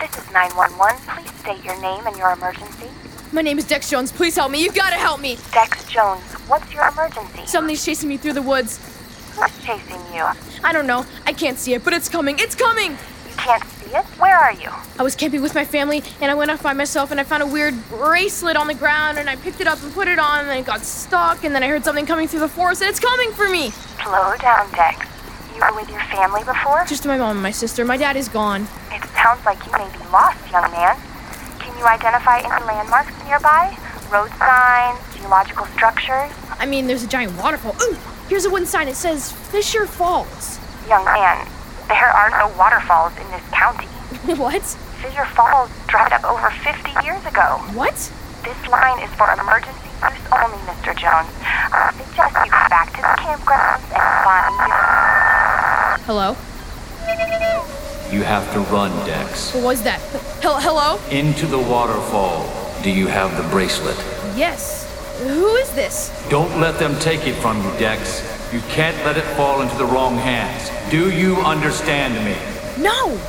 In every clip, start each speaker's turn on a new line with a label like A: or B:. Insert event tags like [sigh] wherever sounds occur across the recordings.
A: This is 911. Please state your name and your emergency.
B: My name is Dex Jones. Please help me. You gotta help me.
A: Dex Jones, what's your emergency?
B: Something's chasing me through the woods.
A: Who's chasing you?
B: I don't know. I can't see it, but it's coming. It's coming!
A: You can't see it? Where are you?
B: I was camping with my family, and I went off by myself, and I found a weird bracelet on the ground, and I picked it up and put it on, and it got stuck, and then I heard something coming through the forest, and it's coming for me!
A: Slow down, Dex. You were with your family before?
B: Just my mom and my sister. My dad is gone.
A: It sounds like you may be lost, young man. Can you identify any landmarks nearby? Road signs, geological structures?
B: I mean, there's a giant waterfall. Ooh! Here's a wooden sign. It says Fisher Falls. [laughs]
A: Young man, there are no waterfalls in this county.
B: what?
A: Fisher Falls dried up over 50 years ago.
B: What?
A: This line is for emergency use only, Uh, Mr. Jones. I suggest you go back to the campgrounds and find
B: Hello?
C: You have to run, Dex.
B: What was that? Hel- hello?
C: Into the waterfall. Do you have the bracelet?
B: Yes. Who is this?
C: Don't let them take it from you, Dex. You can't let it fall into the wrong hands. Do you understand me?
B: No!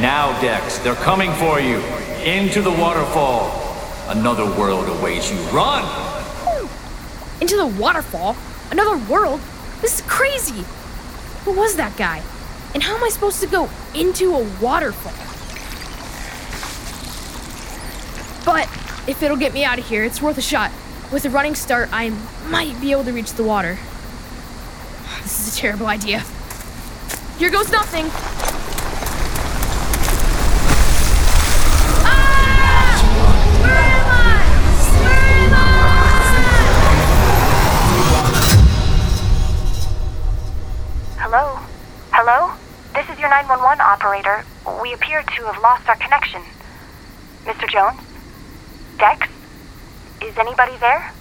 C: Now, Dex, they're coming for you. Into the waterfall. Another world awaits you. Run!
B: Into the waterfall? Another world? This is crazy! Who was that guy? And how am I supposed to go into a waterfall? But if it'll get me out of here, it's worth a shot. With a running start, I might be able to reach the water. This is a terrible idea. Here goes nothing!
A: Hello? Hello? This is your 911 operator. We appear to have lost our connection. Mr. Jones? Dex? Is anybody there?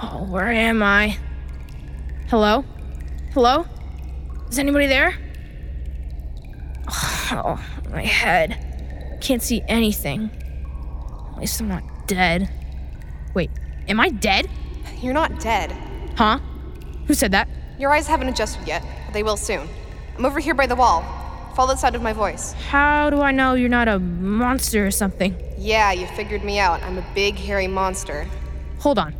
B: Oh, where am I? Hello? Hello? Is anybody there? Oh, my head. Can't see anything. At least I'm not dead. Wait, am I dead?
D: You're not dead.
B: Huh? Who said that?
D: Your eyes haven't adjusted yet, but they will soon. I'm over here by the wall. Follow the sound of my voice.
B: How do I know you're not a monster or something?
D: Yeah, you figured me out. I'm a big, hairy monster.
B: Hold on.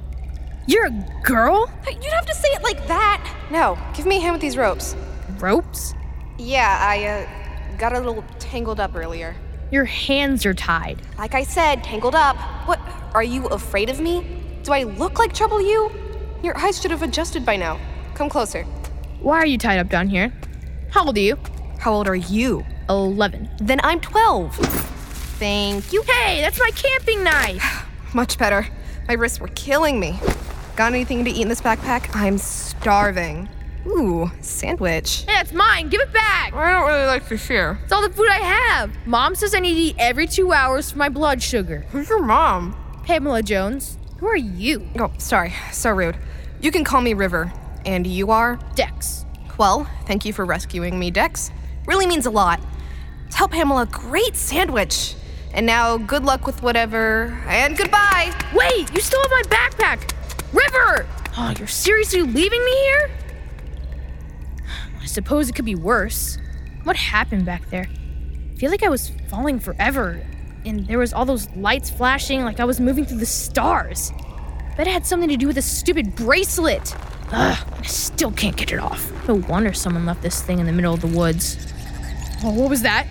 B: You're a girl?
D: You'd have to say it like that! No, give me a hand with these ropes.
B: Ropes?
D: Yeah, I uh, got a little tangled up earlier.
B: Your hands are tied.
D: Like I said, tangled up. What? Are you afraid of me? Do I look like trouble to you? Your eyes should have adjusted by now. Come closer.
B: Why are you tied up down here? How old are you?
E: How old are you?
B: 11.
E: Then I'm 12. Thank you.
B: Hey, that's my camping knife!
D: Much better. My wrists were killing me. Got anything to eat in this backpack? I'm starving. Ooh, sandwich.
B: Hey, that's mine! Give it back!
D: I don't really like to share.
B: It's all the food I have. Mom says I need to eat every two hours for my blood sugar.
D: Who's your mom?
B: Pamela Jones, who are you?
D: Oh, sorry. So rude. You can call me River. And you are?
B: Dex.
D: Well, thank you for rescuing me, Dex. Really means a lot. Tell Pamela, great sandwich. And now, good luck with whatever. And goodbye.
B: Wait, you still have my backpack! River! Oh, you're seriously leaving me here? I suppose it could be worse. What happened back there? I feel like I was falling forever, and there was all those lights flashing like I was moving through the stars. Bet it had something to do with this stupid bracelet. Ugh, I still can't get it off. No wonder someone left this thing in the middle of the woods. Oh, what was that?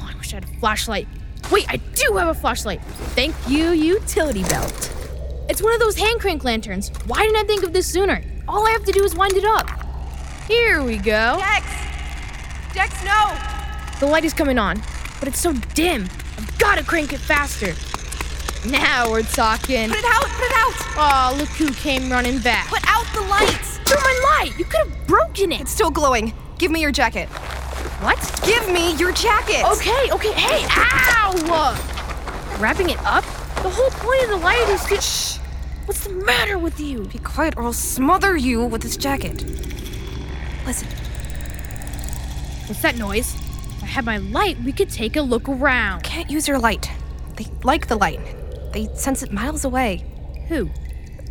B: Oh, I wish I had a flashlight. Wait, I do have a flashlight. Thank you, utility belt. It's one of those hand crank lanterns. Why didn't I think of this sooner? All I have to do is wind it up. Here we go.
D: Dex! Dex, no!
B: The light is coming on, but it's so dim. I've got to crank it faster. Now we're talking.
D: Put it out! Put it out!
B: Aw, look who came running back.
D: Put out the lights!
B: Through my light! You could have broken it.
D: It's still glowing. Give me your jacket.
B: What?
D: Give me your jacket!
B: Okay, okay. Hey, ow! Wrapping it up? The whole point of the light is to. Shh! What's the matter with you?
D: Be quiet or I'll smother you with this jacket. Listen,
B: What's that noise? If I had my light, we could take a look around.
D: can't use your light. They like the light. They sense it miles away.
B: Who?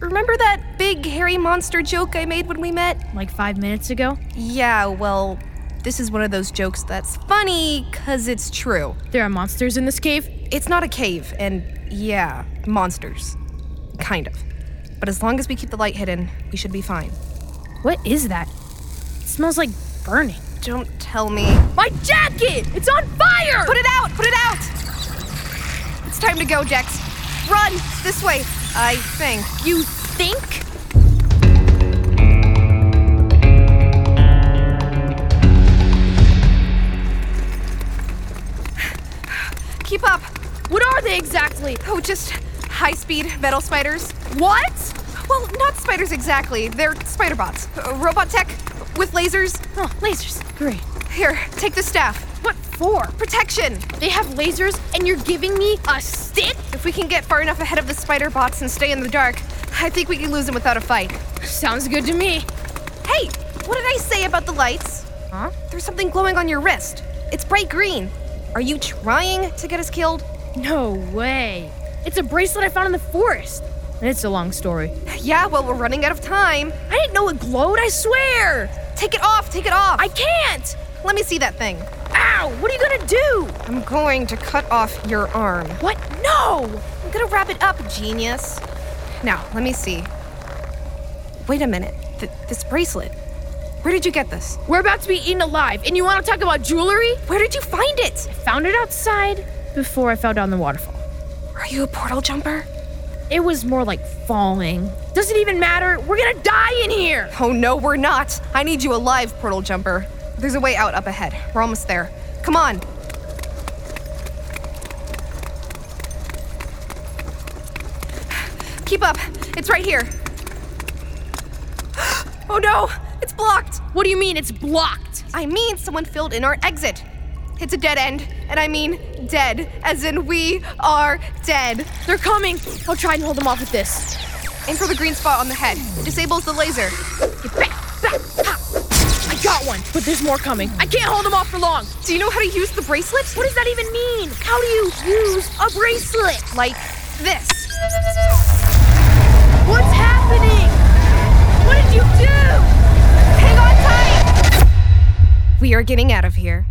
D: Remember that big hairy monster joke I made when we met?
B: Like five minutes ago?
D: Yeah, well, this is one of those jokes that's funny cuz it's true.
B: There are monsters in this cave?
D: It's not a cave and yeah, monsters. Kind of. But as long as we keep the light hidden, we should be fine.
B: What is that? It smells like burning.
D: Don't tell me.
B: My jacket! It's on fire!
D: Put it out! Put it out! It's time to go, Dex. Run! This way, I think.
B: you think?
D: Keep up!
B: What are they exactly?
D: Oh, just high speed metal spiders.
B: What?
D: Well, not spiders exactly. They're spider bots. Uh, robot tech with lasers.
B: Oh, lasers. Great.
D: Here, take the staff.
B: What for?
D: Protection!
B: They have lasers and you're giving me a stick?
D: If we can get far enough ahead of the spider bots and stay in the dark, I think we can lose them without a fight.
B: Sounds good to me.
D: Hey, what did I say about the lights?
B: Huh?
D: There's something glowing on your wrist. It's bright green. Are you trying to get us killed? [laughs]
B: No way. It's a bracelet I found in the forest. It's a long story.
D: Yeah, well, we're running out of time.
B: I didn't know it glowed, I swear!
D: Take it off, take it off.
B: I can't!
D: Let me see that thing.
B: Ow! What are you gonna do?
D: I'm going to cut off your arm.
B: What? No!
D: Oh, I'm gonna wrap it up, genius. Now, let me see. Wait a minute. Th- this bracelet. Where did you get this?
B: We're about to be eaten alive, and you wanna talk about jewelry?
D: Where did you find it?
B: Found it outside before I fell down the waterfall.
D: Are you a portal jumper?
B: It was more like falling. Doesn't even matter. We're gonna die in here.
D: Oh, no, we're not. I need you alive, portal jumper. There's a way out up ahead. We're almost there. Come on. Keep up. It's right here. [gasps] Oh no, it's blocked.
B: What do you mean it's blocked?
D: I mean, someone filled in our exit. It's a dead end, and I mean dead, as in we are dead.
B: They're coming. I'll try and hold them off with this.
D: Aim for the green spot on the head. It disables the laser.
B: Get back, back, ha. I got one, but there's more coming. I can't hold them off for long.
D: Do you know how to use the bracelet?
B: What does that even mean? How do you use a bracelet?
D: Like this.
B: What's happening? What did you do?
D: Hang on tight! We are getting out of here.